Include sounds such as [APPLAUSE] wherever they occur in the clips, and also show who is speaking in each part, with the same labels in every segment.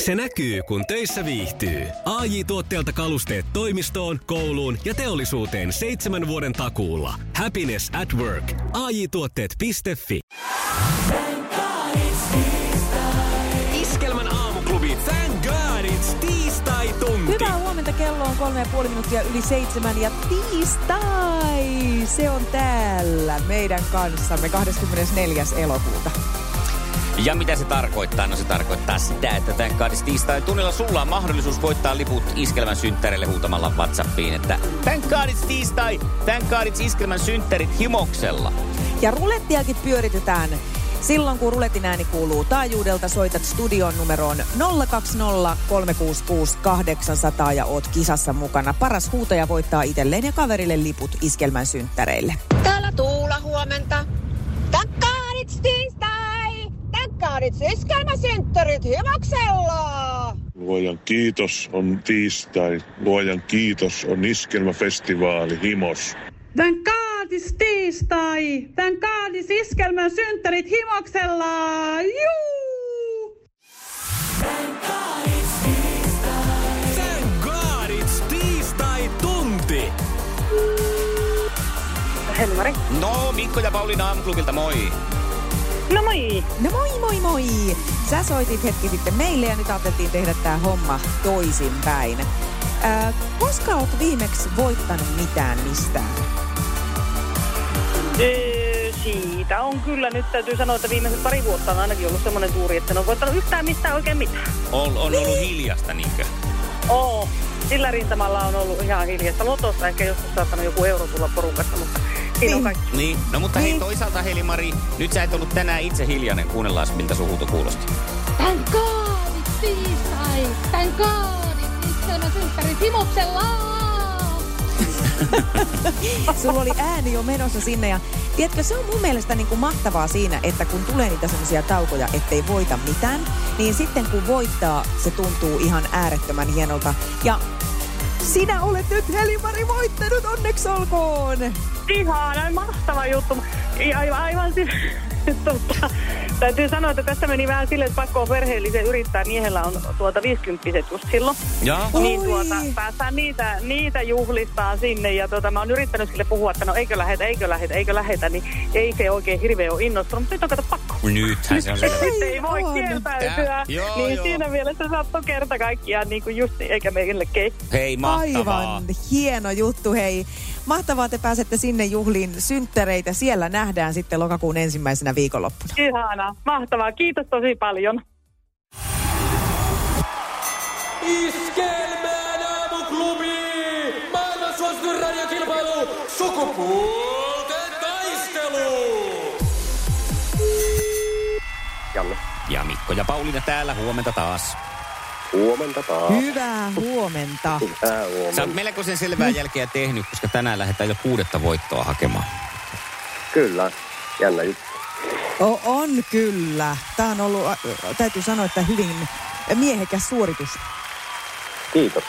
Speaker 1: Se näkyy, kun töissä viihtyy. ai tuotteelta kalusteet toimistoon, kouluun ja teollisuuteen seitsemän vuoden takuulla. Happiness at work. ai tuotteetfi Iskelmän aamuklubi. Thank God it's tiistai-tunti.
Speaker 2: Hyvää huomenta, kello on kolme ja puoli minuuttia yli seitsemän ja tiistai! Se on täällä meidän kanssamme 24. elokuuta.
Speaker 3: Ja mitä se tarkoittaa? No se tarkoittaa sitä, että tämän kahdessa tiistai tunnilla sulla on mahdollisuus voittaa liput iskelmän synttärille huutamalla WhatsAppiin, että tän kaadits tiistai, tän kaadits iskelmän synttärit himoksella.
Speaker 2: Ja rulettiakin pyöritetään silloin, kun ruletin ääni kuuluu taajuudelta. Soitat studion numeroon 020 366 800 ja oot kisassa mukana. Paras huutaja voittaa itselleen ja kaverille liput iskelmän synttäreille.
Speaker 4: Täällä Tuula huomenta. Takkaarits tiistai! Takkaarits iskelmäsynttärit hyväksellä!
Speaker 5: Luojan kiitos on tiistai. Luojan kiitos on iskelmäfestivaali Himos.
Speaker 6: Tän kaadis tiistai! Tän kaadis iskelmän synttärit himoksella! Juu!
Speaker 1: Thank God it's tiistai-tunti.
Speaker 7: Helmari.
Speaker 3: No Mikko ja Pauliina Aamuklubilta moi.
Speaker 7: No moi.
Speaker 2: No moi moi moi! Sä soitit hetki sitten meille ja nyt ajateltiin tehdä tämä homma toisinpäin. Äh, koska oot viimeksi voittanut mitään mistään?
Speaker 7: Öö, siitä on kyllä. Nyt täytyy sanoa, että viimeiset pari vuotta on ainakin ollut semmoinen tuuri, että en ole voittanut yhtään mistään oikein mitään.
Speaker 3: On, on
Speaker 2: Niin.
Speaker 3: ollut hiljasta niinkö?
Speaker 7: Oo. Sillä rintamalla on ollut ihan hiljaista. Lotossa ehkä joskus saattanut joku euro tulla porukasta, mutta siinä on
Speaker 2: Niin.
Speaker 7: kaikki.
Speaker 3: Niin, no mutta hei
Speaker 2: Niin.
Speaker 3: toisaalta Heli-Mari, nyt sä et ollut tänään itse hiljainen, kuunnellaan miltä sun huuto kuulosti.
Speaker 8: Tän kaadit tiistai! Tän kaadit iskelmäsynttärit himoksella!
Speaker 2: Sulla oli ääni jo menossa sinne ja tiedätkö, se on mun mielestä niin kuin mahtavaa siinä, että kun tulee niitä semmoisia taukoja, ettei voita mitään, niin sitten kun voittaa, se tuntuu ihan äärettömän hienolta. Ja sinä olet nyt Helimari voittanut, onneksi olkoon!
Speaker 7: Ihana, mahtava juttu. I- Aivan, aivan [LAUGHS] siis, tota, täytyy sanoa, että tässä meni vähän silleen, että pakko on perheellisen yrittää. Miehellä on tuota 50 just silloin.
Speaker 3: Jaa.
Speaker 7: Niin
Speaker 2: Oi.
Speaker 7: tuota, päästään niitä, niitä juhlistaa sinne ja tuota, mä oon yrittänyt sille puhua, että no eikö lähetä, eikö lähetä, eikö lähetä, niin ei se oikein hirveä ole innostunut, mutta nyt on kato pakko.
Speaker 3: Nythän se on selvä.
Speaker 7: Nyt ei voi
Speaker 2: on.
Speaker 7: kieltäytyä,
Speaker 3: Tää- joo,
Speaker 7: niin
Speaker 3: joo.
Speaker 7: siinä mielessä saattoi kerta kaikkiaan niin kuin just, eikä meille kei.
Speaker 3: Hei, mahtavaa.
Speaker 2: Aivan hieno juttu, hei. Mahtavaa, te pääsette sinne juhliin synttereitä. Siellä nähdään sitten lokakuun ensimmäisenä viikonloppuna.
Speaker 7: Ihana, mahtavaa, kiitos tosi paljon.
Speaker 9: Iskelmään aamuklubi! Maailman suosituin radiokilpailu! Sukupuolten taistelu!
Speaker 3: Ja Mikko ja Pauliina täällä, huomenta taas.
Speaker 10: Huomenta taas.
Speaker 2: Hyvää huomenta.
Speaker 10: Hyvää huomenta.
Speaker 3: Sä oot melkoisen selvää
Speaker 10: Niin.
Speaker 3: jälkeä tehnyt, koska tänään lähdetään jo kuudetta voittoa hakemaan.
Speaker 10: Kyllä. Jännä juttu.
Speaker 2: O, on kyllä. Tämä on ollut, ä, ä, täytyy sanoa, että hyvin miehekäs suoritus.
Speaker 10: Kiitos.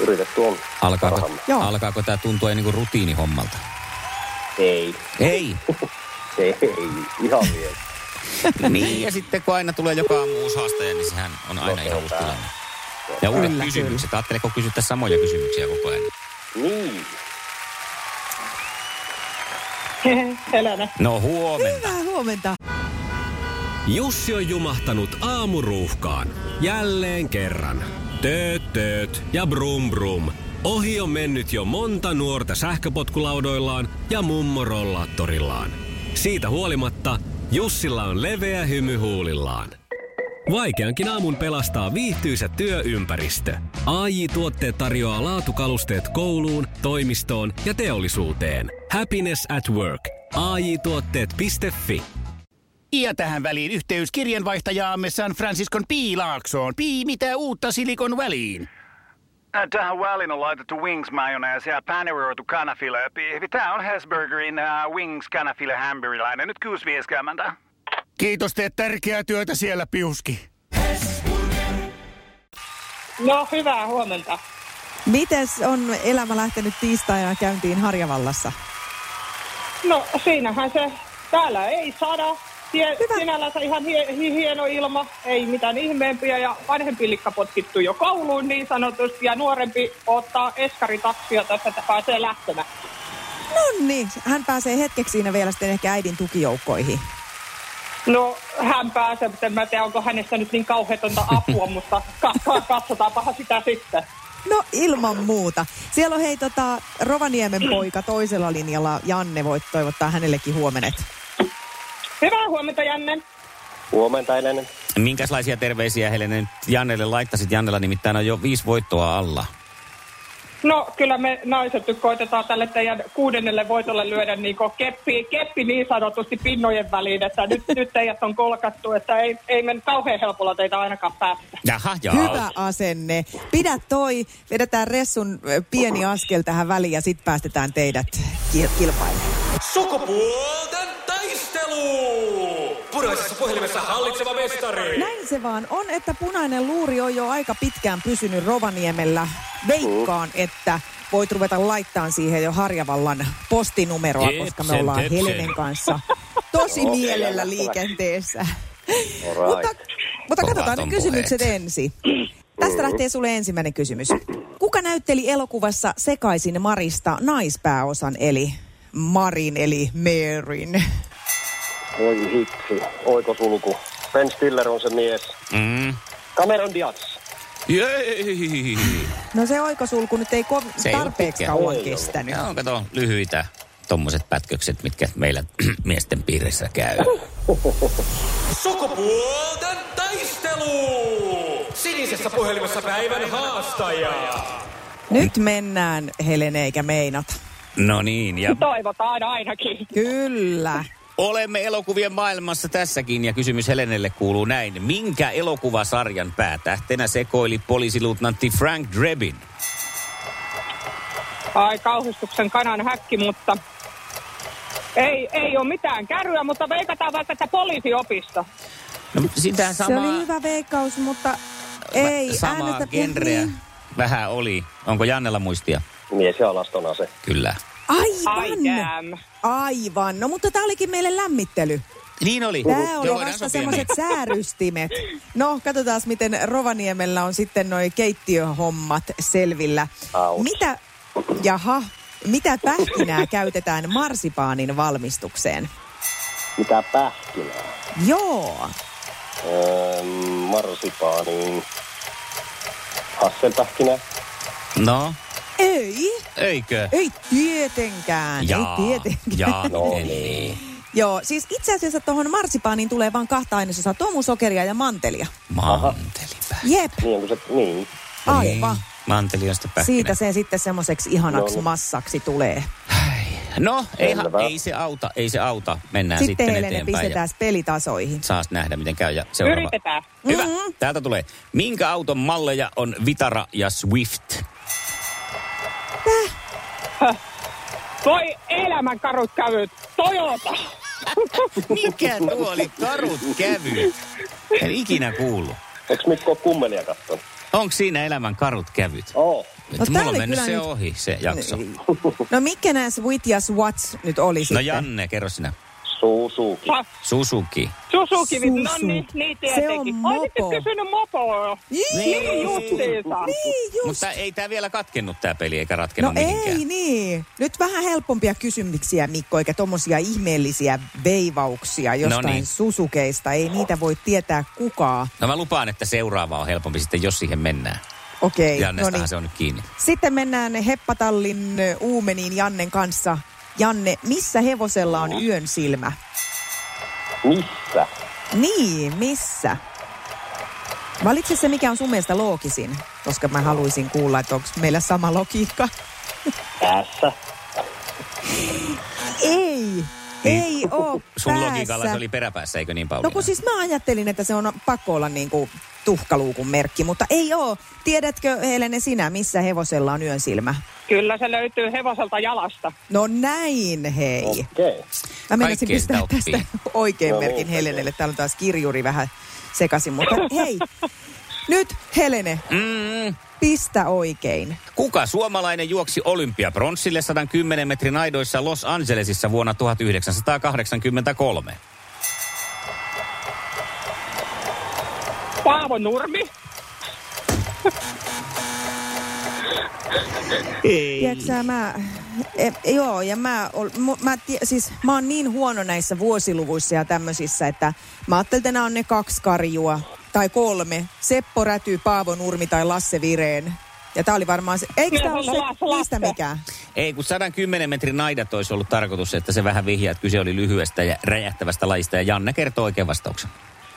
Speaker 10: Yritetty on.
Speaker 3: Alkaako,
Speaker 10: Parhaamme.
Speaker 2: Joo.
Speaker 3: alkaako tämä tuntua jo niinku rutiinihommalta?
Speaker 10: Ei.
Speaker 3: Ei.
Speaker 10: [LAUGHS] Ei. Ihan vielä.
Speaker 3: [LAUGHS] niin, ja sitten kun aina tulee joka aamu uusi haastaja, niin sehän on aina ihan uusi tilanne. Ja uudet
Speaker 2: Kyllä,
Speaker 3: kysymykset. Ajatteleko kysytä samoja kysymyksiä koko ajan?
Speaker 10: Niin.
Speaker 3: No huomenna.
Speaker 2: Hyvää huomenta.
Speaker 1: Jussi on jumahtanut aamuruuhkaan. Jälleen kerran. Tööt, tööt ja brum brum. Ohi on mennyt jo monta nuorta sähköpotkulaudoillaan ja mummorollaattorillaan. Siitä huolimatta Jussilla on leveä hymy huulillaan. Vaikeankin aamun pelastaa viihtyisä työympäristö. AJ Tuotteet tarjoaa laatukalusteet kouluun, toimistoon ja teollisuuteen. Happiness at work. AJ-tuotteet.fi
Speaker 11: Ja tähän väliin yhteys kirjanvaihtajaamme San Franciscon P. Laaksoon. Pii, mitä uutta Silikon väliin?
Speaker 9: Tähän väliin on laitettu wings mayonnaise ja paneroitu kanafila. Tämä on Hesburgerin uh, wings kanafila hamburilainen. Nyt kuusi vieskäämäntä.
Speaker 11: Kiitos, teet tärkeää työtä siellä, Piuski.
Speaker 6: No, hyvää huomenta.
Speaker 2: Mites on elämä lähtenyt tiistaina käyntiin Harjavallassa?
Speaker 6: No, siinähän se. Täällä ei sada,
Speaker 7: Sie- sinällänsä ihan hie, hi- hieno ilma, ei mitään ihmeempiä ja vanhempi likka potkittu jo kouluun niin sanotusti ja nuorempi ottaa eskaritaksia tässä, että pääsee lähtemään.
Speaker 2: No niin, hän pääsee hetkeksi siinä vielä sitten ehkä äidin tukijoukkoihin.
Speaker 7: No hän pääsee, mutta en mä tiedä onko hänestä nyt niin kauheatonta apua, mutta katsotaan, katsotaanpahan sitä sitten.
Speaker 2: No ilman muuta. Siellä on hei tota, Rovaniemen poika toisella linjalla. Janne voit toivottaa hänellekin huomenet.
Speaker 7: Hyvää huomenta Janne.
Speaker 6: Huomenta Elenen.
Speaker 3: Minkälaisia terveisiä Helene nyt Jannelle laittaisit? Jannella nimittäin on jo viisi voittoa alla.
Speaker 7: No kyllä me naiset nyt koitetaan tälle teidän kuudennelle voitolle lyödä niin keppi, keppi niin sanotusti pinnojen väliin, että nyt, nyt teidät on kolkattu, että ei, ei me nyt kauhean helpolla teitä ainakaan päästä.
Speaker 3: Jaha,
Speaker 2: Hyvä asenne. Pidä toi, vedetään Ressun ö, pieni askel tähän väliin ja sitten päästetään teidät ki- kilpailemaan.
Speaker 12: Sukupuolten taistelu! Puraisessa puhelimessa hallitseva mestari.
Speaker 2: Näin se vaan on, että punainen luuri on jo aika pitkään pysynyt Rovaniemellä. Veikkaan, että voit ruveta laittaan siihen jo Harjavallan postinumeroa,
Speaker 12: Jepsen,
Speaker 2: koska me ollaan
Speaker 12: tepsen.
Speaker 2: Helenen kanssa
Speaker 3: [LAUGHS]
Speaker 2: tosi
Speaker 12: Okei,
Speaker 2: mielellä
Speaker 12: lähdettävä.
Speaker 2: liikenteessä.
Speaker 6: Alright.
Speaker 2: Mutta
Speaker 6: Kovat
Speaker 2: katsotaan
Speaker 6: on
Speaker 2: nyt kysymykset ensin. Tästä lähtee sulle ensimmäinen kysymys. Kuka näytteli elokuvassa Sekaisin Marista naispääosan eli Marin eli Maryn?
Speaker 6: Voi hitsi, oikosulku. Ben Stiller on se mies.
Speaker 3: Mm.
Speaker 6: Cameron Diaz.
Speaker 3: Jei!
Speaker 2: No se oikosulku nyt ei ko-
Speaker 3: Se ei ollut
Speaker 2: tarpeeksi
Speaker 3: pitkä.
Speaker 2: kauan
Speaker 3: Ei ollut.
Speaker 2: kestänyt.
Speaker 3: Joo, kato, lyhyitä tommoset pätkökset, mitkä meillä [CLEARS THROAT] miesten piirissä käy.
Speaker 12: Sukupuolten taistelu! Sinisessä puhelimessa päivän haastaja.
Speaker 2: Nyt mennään, Helene, eikä meinata.
Speaker 3: No niin, ja
Speaker 7: Toivotaan ainakin.
Speaker 2: Kyllä.
Speaker 3: olemme elokuvien maailmassa tässäkin, ja kysymys Helenelle kuuluu näin. Minkä elokuvasarjan päätähtenä sekoili poliisiluutnantti Frank Drebin?
Speaker 7: Ai kauhistuksen kanan häkki, mutta ei, ei ole mitään kärryä, mutta veikataan vaikka tätä poliisiopisto.
Speaker 3: No, sitä
Speaker 2: Se
Speaker 3: samaa,
Speaker 2: oli hyvä veikkaus, mutta ei niin
Speaker 3: samaa
Speaker 2: äänestä.
Speaker 3: genreä vähän oli. Onko Jannella muistia?
Speaker 6: Mies ja alaston ase.
Speaker 3: Kyllä.
Speaker 2: Aivan. Aivan. No mutta tämä olikin meille lämmittely.
Speaker 3: Niin oli.
Speaker 2: Tämä
Speaker 3: Joo,
Speaker 2: oli
Speaker 3: voidaan
Speaker 2: vasta
Speaker 3: sopia
Speaker 2: semmoiset
Speaker 3: niin.
Speaker 2: säärystimet. No, katsotaan miten Rovaniemellä on sitten noi keittiöhommat selvillä.
Speaker 6: Aus.
Speaker 2: Mitä, jaha, mitä pähkinää [LAUGHS] käytetään marsipaanin valmistukseen?
Speaker 6: Mitä pähkinää?
Speaker 2: Joo.
Speaker 6: Öö, marsipaaniin. Hasselpähkinä.
Speaker 3: No,
Speaker 2: Ei.
Speaker 3: eikö?
Speaker 2: Ei tietenkään.
Speaker 3: Jaa,
Speaker 2: Ei tietenkään.
Speaker 3: jaa, no niin.
Speaker 2: [LAUGHS] Joo, siis itse asiassa tuohon marsipaaniin tulee vain kahta ainesosaa, tomusokeria ja mantelia.
Speaker 3: Manteli.
Speaker 2: Jep,
Speaker 6: Niin, kun se, niin.
Speaker 2: aivan.
Speaker 3: Niin, Manteli on sitä pähkinä.
Speaker 2: Siitä se sitten semmoiseksi ihanaksi
Speaker 3: No niin.
Speaker 2: massaksi tulee.
Speaker 3: No, ei, ei se auta, ei se auta. Mennään
Speaker 2: Sitten
Speaker 3: sitten,
Speaker 2: Helene,
Speaker 3: eteenpäin.
Speaker 2: pistetään pelitasoihin.
Speaker 3: Ja saas nähdä, miten käy. Ja seuraava.
Speaker 2: Yritetään.
Speaker 3: Hyvä. Mm-hmm. Täältä tulee. Minkä auton malleja on Vitara ja Swift?
Speaker 7: Voi elämän karut kävyt, Toyota.
Speaker 3: Mikä tuo oli karut kävyt? En ikinä kuullut.
Speaker 6: Eiks Mikko ole kummelia kattonut?
Speaker 3: Onko siinä elämän karut kävyt?
Speaker 6: Oo.
Speaker 2: No tää
Speaker 3: No, mulla on
Speaker 2: oli
Speaker 3: mennyt
Speaker 2: kyllä
Speaker 3: se
Speaker 2: nyt-
Speaker 3: ohi, se jakso.
Speaker 2: No mikä nämä Sweet ja Swats nyt oli
Speaker 3: No
Speaker 2: sitten?
Speaker 3: Janne, kerro sinä.
Speaker 6: Suusuki.
Speaker 3: Susuki.
Speaker 2: Susu.
Speaker 7: Susuki, no niin, niin
Speaker 2: Se on
Speaker 7: tietenkin. Olisit
Speaker 2: mopo.
Speaker 7: kysynyt mopoa. Niin justiinsa.
Speaker 2: Niin, just.
Speaker 3: Mutta ei tämä vielä katkennut tämä peli, eikä
Speaker 2: No
Speaker 3: ratkennut mihinkään.
Speaker 2: ei niin. Nyt vähän helpompia kysymyksiä, Mikko, eikä tommosia ihmeellisiä
Speaker 3: No
Speaker 2: veivauksia jostain
Speaker 3: Noniin.
Speaker 2: susukeista. Ei niitä voi tietää kukaan.
Speaker 3: No mä lupaan, että seuraava on helpompi sitten, jos siihen mennään.
Speaker 2: Okei, no
Speaker 3: Jannestahan
Speaker 2: niin.
Speaker 3: se on nyt kiinni.
Speaker 2: Sitten mennään Heppatallin ö, uumeniin Jannen kanssa. Janne, missä hevosella on yön silmä?
Speaker 6: Missä?
Speaker 2: Niin, missä? Valitse se, mikä on sun mielestä loogisin, koska mä haluaisin kuulla, että onko meillä sama logiikka.
Speaker 6: Tässä.
Speaker 2: Ei, ei oo
Speaker 3: Niin. Sun
Speaker 2: päässä.
Speaker 3: logiikalla se oli peräpäässä, eikö niin Pauliina?
Speaker 2: No kun siis mä ajattelin, että se on pakko olla niin kuin tuhkaluukun merkki, mutta ei oo. Tiedätkö, Helene, sinä, missä hevosella on yön silmä?
Speaker 7: Kyllä se löytyy hevoselta jalasta.
Speaker 2: No näin, hei.
Speaker 6: Okei.
Speaker 2: Mä menisin
Speaker 3: Kaikkea
Speaker 2: pistää
Speaker 3: sitä oppii.
Speaker 2: tästä oikein
Speaker 6: No,
Speaker 2: merkin
Speaker 6: luulen,
Speaker 2: Helenelle. Täällä on taas kirjuri vähän sekaisin, mutta hei. Nyt Helene,
Speaker 3: Mm,
Speaker 2: pistä oikein.
Speaker 3: kuka suomalainen juoksi olympiapronssille 110 metrin aidoissa Los Angelesissa vuonna 1983?
Speaker 7: Paavo Nurmi.
Speaker 2: Ei. Tiedätkö, sä, mä, e, joo, ja mä, ol, mu- mä, tie, siis, mä oon niin huono näissä vuosiluvuissa ja tämmöisissä, että mä ajattelin, että nämä on ne kaksi karjua tai kolme. Seppo Räty, Paavo Nurmi tai Lasse Vireen. Ja tää oli varmaan se, eikö tää ole se, niistä mikään?
Speaker 3: Ei, kun 110 metrin aidat olisi ollut tarkoitus, että se vähän vihjaa, että kyse oli lyhyestä ja räjähtävästä lajista. Ja Janne kertoo oikein vastauksen.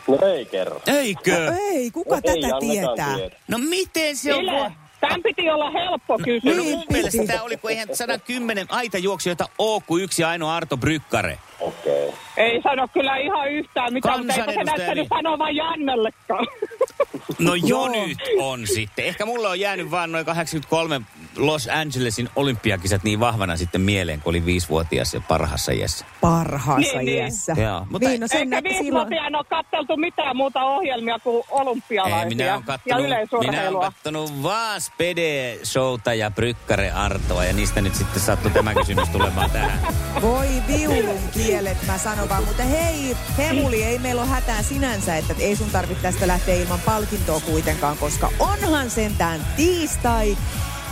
Speaker 6: No ei kerro.
Speaker 3: Eikö?
Speaker 2: No ei, kuka
Speaker 6: No ei
Speaker 2: tätä
Speaker 6: annetaan
Speaker 2: tietää?
Speaker 6: tiedä.
Speaker 3: No miten se on...
Speaker 7: Ile, tämän piti olla helppo
Speaker 2: Niin
Speaker 3: No,
Speaker 7: kysymys.
Speaker 3: no mun mielestä tämä oli, kun eihän 110 aita juoksijoita ole kuin yksi ainoa Arto Brykkare.
Speaker 6: Okei.
Speaker 7: Ei sano kyllä ihan yhtään mitään, mutta eipä se
Speaker 3: Kansanedustaja
Speaker 7: näyttänyt
Speaker 3: niin.
Speaker 7: sanovan Jannellekaan.
Speaker 3: No jo
Speaker 2: Joo.
Speaker 3: nyt on sitten. Ehkä mulle on jäänyt vaan noin 83 Los Angelesin olympiakisat niin vahvana sitten mieleen, kun olin viisivuotias ja parhassa iässä.
Speaker 2: Parhaassa
Speaker 7: Niin, niin.
Speaker 2: iässä.
Speaker 3: Joo, mutta-
Speaker 2: niin, no sen
Speaker 7: Eikä
Speaker 2: näki silloin.
Speaker 7: viisivuotiaana ole katteltu mitään muuta ohjelmia kuin
Speaker 3: Ei,
Speaker 7: olympialaisia
Speaker 3: minä oon
Speaker 7: ja
Speaker 3: kattonut, minä oon
Speaker 7: yleisurheilua.
Speaker 3: kattonut vaan Spede Showta ja Brykkare Artoa ja niistä nyt sitten sattui tämä kysymys tulemaan tähän.
Speaker 2: Voi viulun kielet, mä sanon vaan. Mutta hei, Hemuli, ei meillä ole hätää sinänsä, että ei sun tarvitse tästä lähteä ilman palkintoa kuitenkaan, koska onhan sentään tiistai.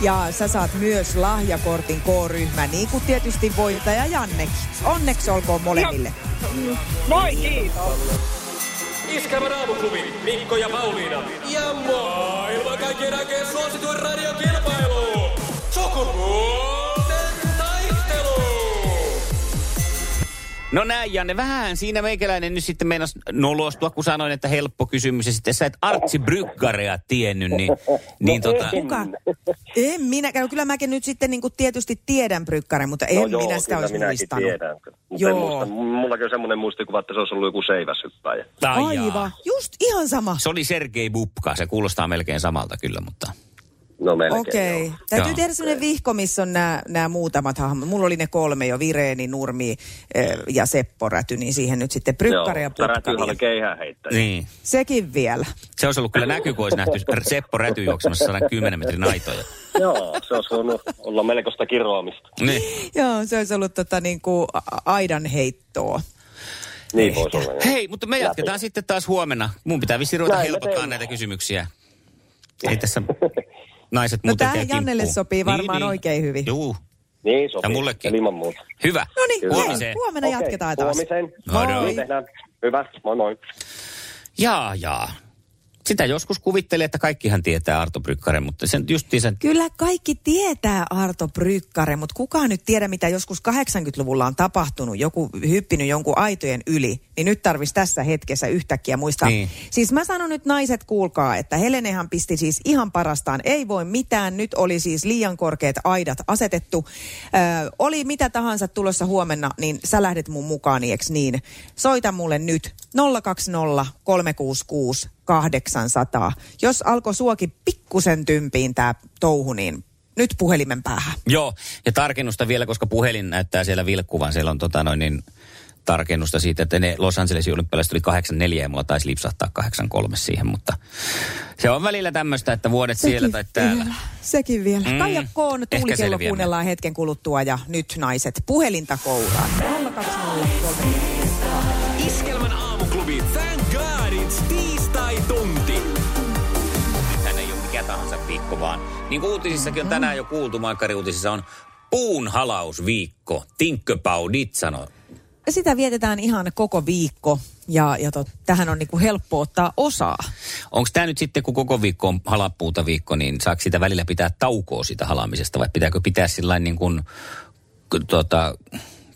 Speaker 2: Ja sä saat myös lahjakortin K-ryhmä, niin kuin tietysti voittaja Jannekin. Onneksi olkoon molemmille.
Speaker 7: Voi kiitos.
Speaker 12: Iskävä raamuklubi, Mikko ja Pauliina. Ja maailman kaikkien aikeen suosituen radiokilpailu. Sukupuolten taistelu.
Speaker 3: No näin, Janne. Vähän siinä meikäläinen nyt sitten meinas nolostua, kun sanoin, että helppo kysymys. Ja sitten sä et Artsi Bryggaria tiennyt, niin,
Speaker 6: [LAUGHS] No
Speaker 3: niin tota...
Speaker 2: Kuka? En minäkään. No Kyllä mäkin nyt sitten niin kuin tietysti tiedän Brykkaren, mutta en
Speaker 6: No joo,
Speaker 2: minä sitä
Speaker 6: kyllä
Speaker 2: olisi
Speaker 6: minäkin
Speaker 2: muistanut.
Speaker 6: tiedän. Mutta en
Speaker 2: Joo.
Speaker 6: muista, mullakin on semmoinen muistikuva, että se olisi ollut joku seiväshyppäjä.
Speaker 3: Ai jaa.
Speaker 2: Aivan. Just ihan sama.
Speaker 3: Se oli Sergei Bubka. Se kuulostaa melkein samalta kyllä, mutta...
Speaker 6: No melkein
Speaker 2: Okei.
Speaker 6: joo.
Speaker 2: Täytyy
Speaker 3: Joo.
Speaker 2: tehdä sellainen vihko, missä on nämä muutamat hahmot. Mulla oli ne kolme jo, Vireeni, Nurmi eh, ja Seppo Räty, niin siihen nyt sitten Brykkari ja
Speaker 6: Joo, Rätyhän oli
Speaker 2: Pukkari.
Speaker 6: keihäänheittäjä.
Speaker 3: Niin.
Speaker 2: Sekin vielä. [LAUGHS]
Speaker 3: Se olisi ollut kyllä näky, kun olisi nähty Seppo Räty juoksemassa 110 metrin aitoja.
Speaker 6: Joo, se olisi voinut olla melkoista kiroamista.
Speaker 3: Niin.
Speaker 2: Joo, se olisi ollut tota, niin kuin a- aidan heittoa.
Speaker 6: Niin voisi olla. joo.
Speaker 3: Hei, mutta me jatketaan sitten taas huomenna. Mun pitää vissiin ruveta
Speaker 6: Näin me
Speaker 3: helpottaa
Speaker 6: teemme.
Speaker 3: näitä kysymyksiä. Ei tässä naiset
Speaker 2: No
Speaker 3: muuten
Speaker 2: tähän
Speaker 3: käy
Speaker 2: Jannelle
Speaker 3: kimppuun. Niin,
Speaker 2: sopii varmaan oikein hyvin.
Speaker 3: Juu.
Speaker 6: Niin sopii.
Speaker 3: Ja mullekin.
Speaker 6: Ilman muuta.
Speaker 3: Hyvä.
Speaker 2: No niin,
Speaker 6: Kyllä.
Speaker 2: huomiseen,
Speaker 3: Huomiseen.
Speaker 2: huomenna
Speaker 6: Okei,
Speaker 2: jatketaan taas.
Speaker 6: Huomiseen.
Speaker 3: Moro.
Speaker 6: Niin tehdään. Hyvä, moi moi.
Speaker 3: Jaa, jaa. Sitä joskus kuvittelee, että kaikkihan tietää Arto Brykkaren, mutta sen justiinsa...
Speaker 2: Kyllä kaikki tietää Arto Brykkare, mutta kukaan nyt tiedä, mitä joskus 80-luvulla on tapahtunut. Joku hyppinyt jonkun aitojen yli, niin nyt tarvitsisi tässä hetkessä yhtäkkiä muistaa.
Speaker 3: Niin.
Speaker 2: Niin. Siis mä sanon nyt naiset, kuulkaa, että Helenehan pisti siis ihan parastaan. Ei voi mitään, nyt oli siis liian korkeat aidat asetettu. Ö, oli mitä tahansa tulossa huomenna, niin sä lähdet mun mukaan, eikö niin? Soita mulle nyt 020 366 800. Jos alkoi suoki pikkusen tympiin tää touhu, niin nyt puhelimen päähän.
Speaker 3: Joo, ja tarkennusta vielä, koska puhelin näyttää siellä vilkkuvan. Siellä on tota noin niin tarkennusta siitä, että ne Los Angelesin olympialaiset oli 84 ja mulla taisi lipsahtaa 83 siihen, mutta se on välillä tämmöistä, että vuodet siellä tai täällä.
Speaker 2: vielä, sekin vielä.
Speaker 3: Mm.
Speaker 2: Mm. Kaija Koon
Speaker 3: Ehkä
Speaker 2: tuulikello
Speaker 3: selviämme.
Speaker 2: kuunnellaan hetken kuluttua ja nyt naiset puhelinta kouraan. 020
Speaker 12: Iskelmän aamuklubi, thank god it's tiistai tunti.
Speaker 3: Hän ei ole mikä tahansa viikko vaan. Niin kuin uutisissakin on tänään jo kuultu, Maikkari-uutisissa on puun halausviikko. Tinkköpaudit sanoi.
Speaker 2: Sitä vietetään ihan koko viikko ja, ja tot, tähän on niinku helppo ottaa osaa.
Speaker 3: Onko tämä nyt sitten, kun koko viikko on halapuuta viikko, niin saako sitä välillä pitää taukoa siitä halaamisesta vai pitääkö pitää sillä niin kuin, k- tota,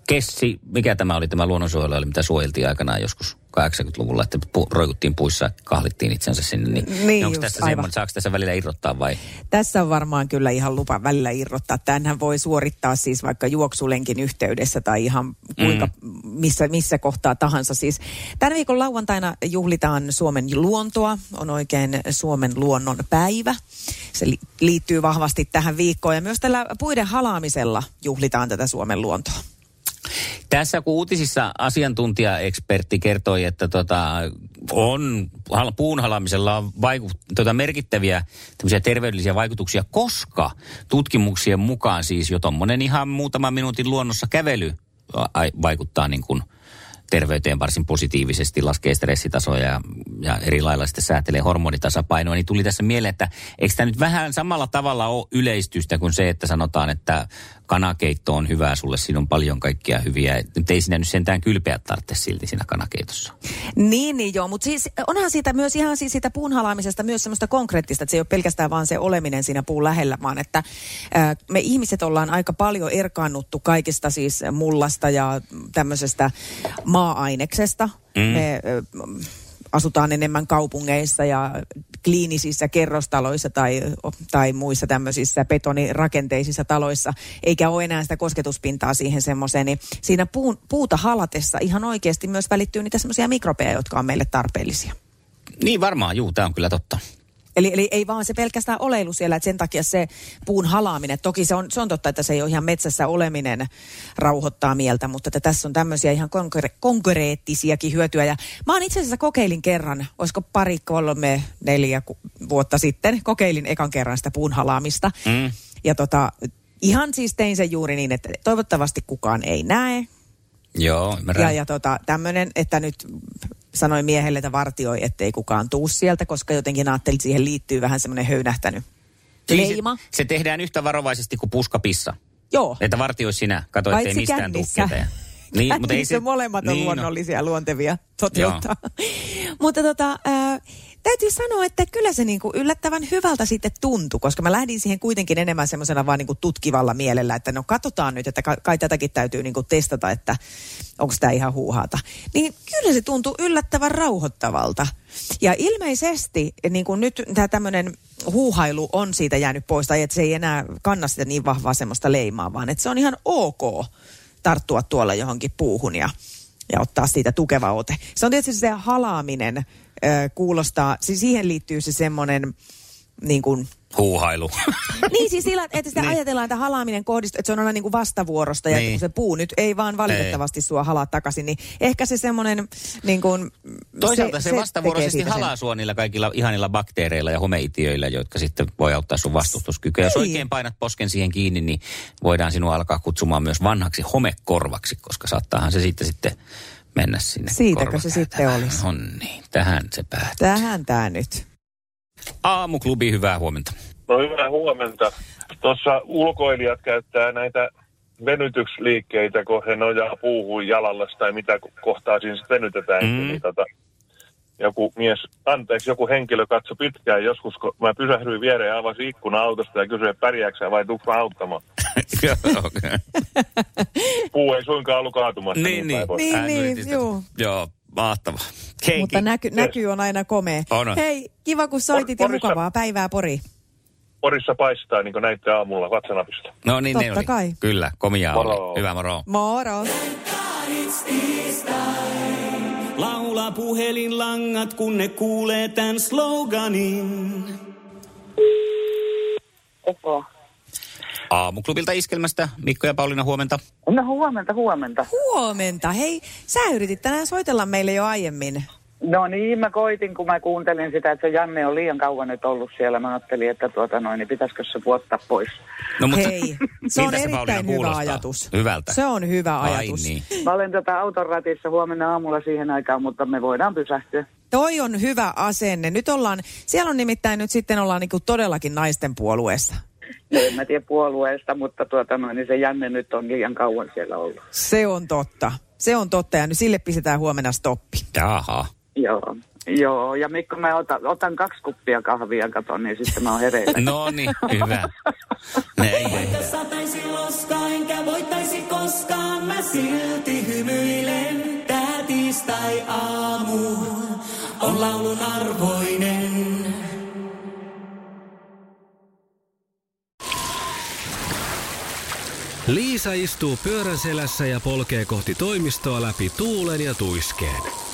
Speaker 3: kessi, mikä tämä oli tämä luonnonsuojelu, oli, mitä suojeltiin aikanaan joskus 80-luvulla, että pu, roikuttiin puissa ja kahlittiin itsensä sinne, niin,
Speaker 2: Niin
Speaker 3: onko
Speaker 2: just,
Speaker 3: tässä
Speaker 2: aivan.
Speaker 3: semmoinen, saako tässä välillä irrottaa vai?
Speaker 2: Tässä on varmaan kyllä ihan lupa välillä irrottaa. Tänhän voi suorittaa siis vaikka juoksulenkin yhteydessä tai ihan kuinka, mm. missä, missä kohtaa tahansa. Siis tämän viikon lauantaina juhlitaan Suomen luontoa. On oikein Suomen luonnon päivä. Se li- liittyy vahvasti tähän viikkoon ja myös tällä puiden halaamisella juhlitaan tätä Suomen luontoa.
Speaker 3: Tässä kun uutisissa asiantuntijaekspertti kertoi, että tota, on, hal- puun halamisella on vaiku, tota, merkittäviä tämmöisiä terveydellisiä vaikutuksia, koska tutkimuksien mukaan siis jo tuommoinen ihan muutaman minuutin luonnossa kävely a- ai- vaikuttaa niin kuin terveyteen varsin positiivisesti, laskee stressitasoja ja, ja eri lailla sitten säätelee hormonitasapainoa, niin tuli tässä mieleen, että eikö tämä nyt vähän samalla tavalla ole yleistystä kuin se, että sanotaan, että kanakeitto on hyvää sulle, siinä on paljon kaikkia hyviä. Nyt ei sinä nyt sentään kylpeä tarvitse silti siinä kanakeitossa.
Speaker 2: Niin, niin joo, mutta siis onhan siitä myös ihan siis siitä puun halaamisesta myös semmoista konkreettista, että se ei ole pelkästään vaan se oleminen siinä puun lähellä, vaan että ää, me ihmiset ollaan aika paljon erkaannuttu kaikista siis mullasta ja tämmöisestä maa-aineksesta. Mm. Me, äh, ö, m, asutaan enemmän kaupungeissa ja kliinisissä kerrostaloissa tai, tai muissa tämmöisissä betonirakenteisissa taloissa, eikä ole enää sitä kosketuspintaa siihen semmoiseen, niin siinä puun, puuta halatessa ihan oikeasti myös välittyy niitä semmoisia mikrobeja, jotka on meille tarpeellisia.
Speaker 3: Niin varmaan, juu, tämä on kyllä totta.
Speaker 2: Eli, eli ei vaan se pelkästään oleilu siellä, että sen takia se puun halaaminen, toki se on, se on totta, että se ei ole ihan metsässä oleminen rauhoittaa mieltä, mutta että tässä on tämmöisiä ihan konkre- konkreettisiakin hyötyjä. Ja mä oon itse asiassa kokeilin kerran, olisiko pari, kolme, neljä ku- vuotta sitten, kokeilin ekan kerran sitä puun halaamista.
Speaker 3: Mm.
Speaker 2: Ja tota, ihan siis tein sen juuri niin, että toivottavasti kukaan ei näe,
Speaker 3: Joo,
Speaker 2: ja,
Speaker 3: ymmärrän.
Speaker 2: ja tota, tämmöinen, että nyt sanoin miehelle, että vartioi, ettei kukaan tuu sieltä, koska jotenkin ajattelin, että siihen liittyy vähän semmoinen höynähtänyt
Speaker 3: Siis
Speaker 2: leima.
Speaker 3: Se, se tehdään yhtä varovaisesti kuin puskapissa.
Speaker 2: Joo.
Speaker 3: Että vartioi sinä, katso, ettei
Speaker 2: Paitsi
Speaker 3: mistään tuu
Speaker 2: kännissä.
Speaker 3: käteen.
Speaker 2: Niin, mutta ei se, molemmat on niin,
Speaker 3: no.
Speaker 2: luonnollisia, luontevia toteuttaa. [LAUGHS] mutta tota, ää, täytyy sanoa, että kyllä se niinku yllättävän hyvältä sitten tuntui, koska mä lähdin siihen kuitenkin enemmän semmoisena vaan niinku tutkivalla mielellä, että no katsotaan nyt, että ka- kai tätäkin täytyy niinku testata, että onko tämä ihan huuhaata. Niin kyllä se tuntui yllättävän rauhoittavalta. Ja ilmeisesti niin kuin nyt tämä tämmöinen huuhailu on siitä jäänyt pois, tai että se ei enää kanna sitä niin vahvaa semmoista leimaa, vaan että se on ihan ok tarttua tuolla johonkin puuhun ja, ja ottaa siitä tukeva ote. Se on tietysti se halaaminen ö, kuulostaa, siis siihen liittyy se semmoinen niin
Speaker 3: [LAUGHS]
Speaker 2: kuin,
Speaker 3: Huuhailu.
Speaker 2: [LAUGHS] niin siis sillä, että sitä
Speaker 3: Niin.
Speaker 2: ajatellaan, että halaaminen kohdistuu, että se on aina niin kuin vastavuorosta ja
Speaker 3: Niin.
Speaker 2: niin. se puu nyt ei vaan valitettavasti ei. sua halaa takaisin, niin ehkä se semmoinen niin kuin,
Speaker 3: Toisaalta se, se
Speaker 2: tekee
Speaker 3: vastavuoroisesti
Speaker 2: siitä sen.
Speaker 3: halaa sua niillä kaikilla ihanilla bakteereilla ja homeitiöillä, jotka sitten voi auttaa sun vastustuskykyä. Jos
Speaker 2: Niin.
Speaker 3: oikein painat posken siihen kiinni, niin voidaan sinua alkaa kutsumaan myös vanhaksi homekorvaksi, koska saattaahan se sitten sitten mennä sinne.
Speaker 2: Siitäkö se
Speaker 3: korvakäytävään.
Speaker 2: sitten olisi?
Speaker 3: On niin, tähän se päättyy.
Speaker 2: Tähän tämä nyt.
Speaker 3: Aamuklubi, hyvää huomenta. [LAUGHS]
Speaker 5: No hyvää huomenta. Tuossa ulkoilijat käyttää näitä venytyksliikkeitä, kun he nojaa puuhun jalalla tai mitä kohtaa siinä sitten venytetään.
Speaker 13: Mm.
Speaker 3: Mm-hmm.
Speaker 5: Mm. Niin, tota, joku mies, anteeksi, joku henkilö katso pitkään joskus, kun mä pysähdyin viereen ja avasin ikkuna autosta ja kysyin, että pärjääksä vai tuutko mä auttamaan. Puu ei suinkaan ollut kaatumassa.
Speaker 3: Niin, niin.
Speaker 5: päin pois.
Speaker 2: Niin, niin, juu.
Speaker 3: Joo, mahtavaa.
Speaker 2: Mutta näky, näky on aina komea.
Speaker 5: On, on.
Speaker 2: Hei, kiva kun soitit ja
Speaker 5: Porissa-
Speaker 2: mukavaa päivää Pori.
Speaker 5: Porissa paistaa, niin kuin näitte aamulla vatsanapista.
Speaker 3: No niin, ne
Speaker 2: Totta
Speaker 3: oli.
Speaker 2: kai.
Speaker 3: Kyllä, komia
Speaker 5: Moro.
Speaker 3: oli. Hyvä moro.
Speaker 2: Moro.
Speaker 14: Laula puhelinlangat, kun ne kuulee tämän sloganin.
Speaker 15: Eko.
Speaker 3: Aamuklubilta iskelmästä Mikko ja Pauliina huomenta.
Speaker 15: No huomenta, huomenta.
Speaker 2: Huomenta. Hei, sä yritit tänään soitella meille jo aiemmin.
Speaker 15: No niin, mä koitin, kun mä kuuntelin sitä, että se Janne on liian kauan nyt ollut siellä. Mä ajattelin, että tuota noin, niin pitäisikö se vuottaa pois.
Speaker 3: No, mutta-
Speaker 2: Hei, se on
Speaker 3: Miltä se, Pauliina,
Speaker 2: erittäin hyvä
Speaker 3: kuulostaa?
Speaker 2: ajatus.
Speaker 3: Hyvältä.
Speaker 2: Se on hyvä
Speaker 3: Ai
Speaker 2: ajatus.
Speaker 3: niin.
Speaker 15: Mä olen tota auton ratissa huomenna aamulla siihen aikaan, mutta me voidaan pysähtyä.
Speaker 2: Toi on hyvä asenne. Nyt ollaan, siellä on nimittäin nyt sitten ollaan niinku todellakin naisten puolueessa.
Speaker 15: No, en mä tiedä puolueesta, mutta tuota noin, niin se Janne nyt on liian kauan siellä ollut.
Speaker 2: Se on totta. Se on totta ja nyt sille pistetään huomenna stoppi.
Speaker 3: Jaha.
Speaker 15: Joo. Joo, ja Mikko, mä otan, otan kaksi kuppia kahvia, katon, niin sitten mä oon hereillä.
Speaker 3: No niin, hyvä.
Speaker 2: [LAUGHS]
Speaker 3: Näin.
Speaker 14: Vaikka sataisi loskaa, enkä voittaisi koskaan, mä silti hymyilen. Tää tiistai-aamu on laulun arvoinen.
Speaker 1: Liisa istuu pyörän selässä ja polkee kohti toimistoa läpi tuulen ja tuiskeen.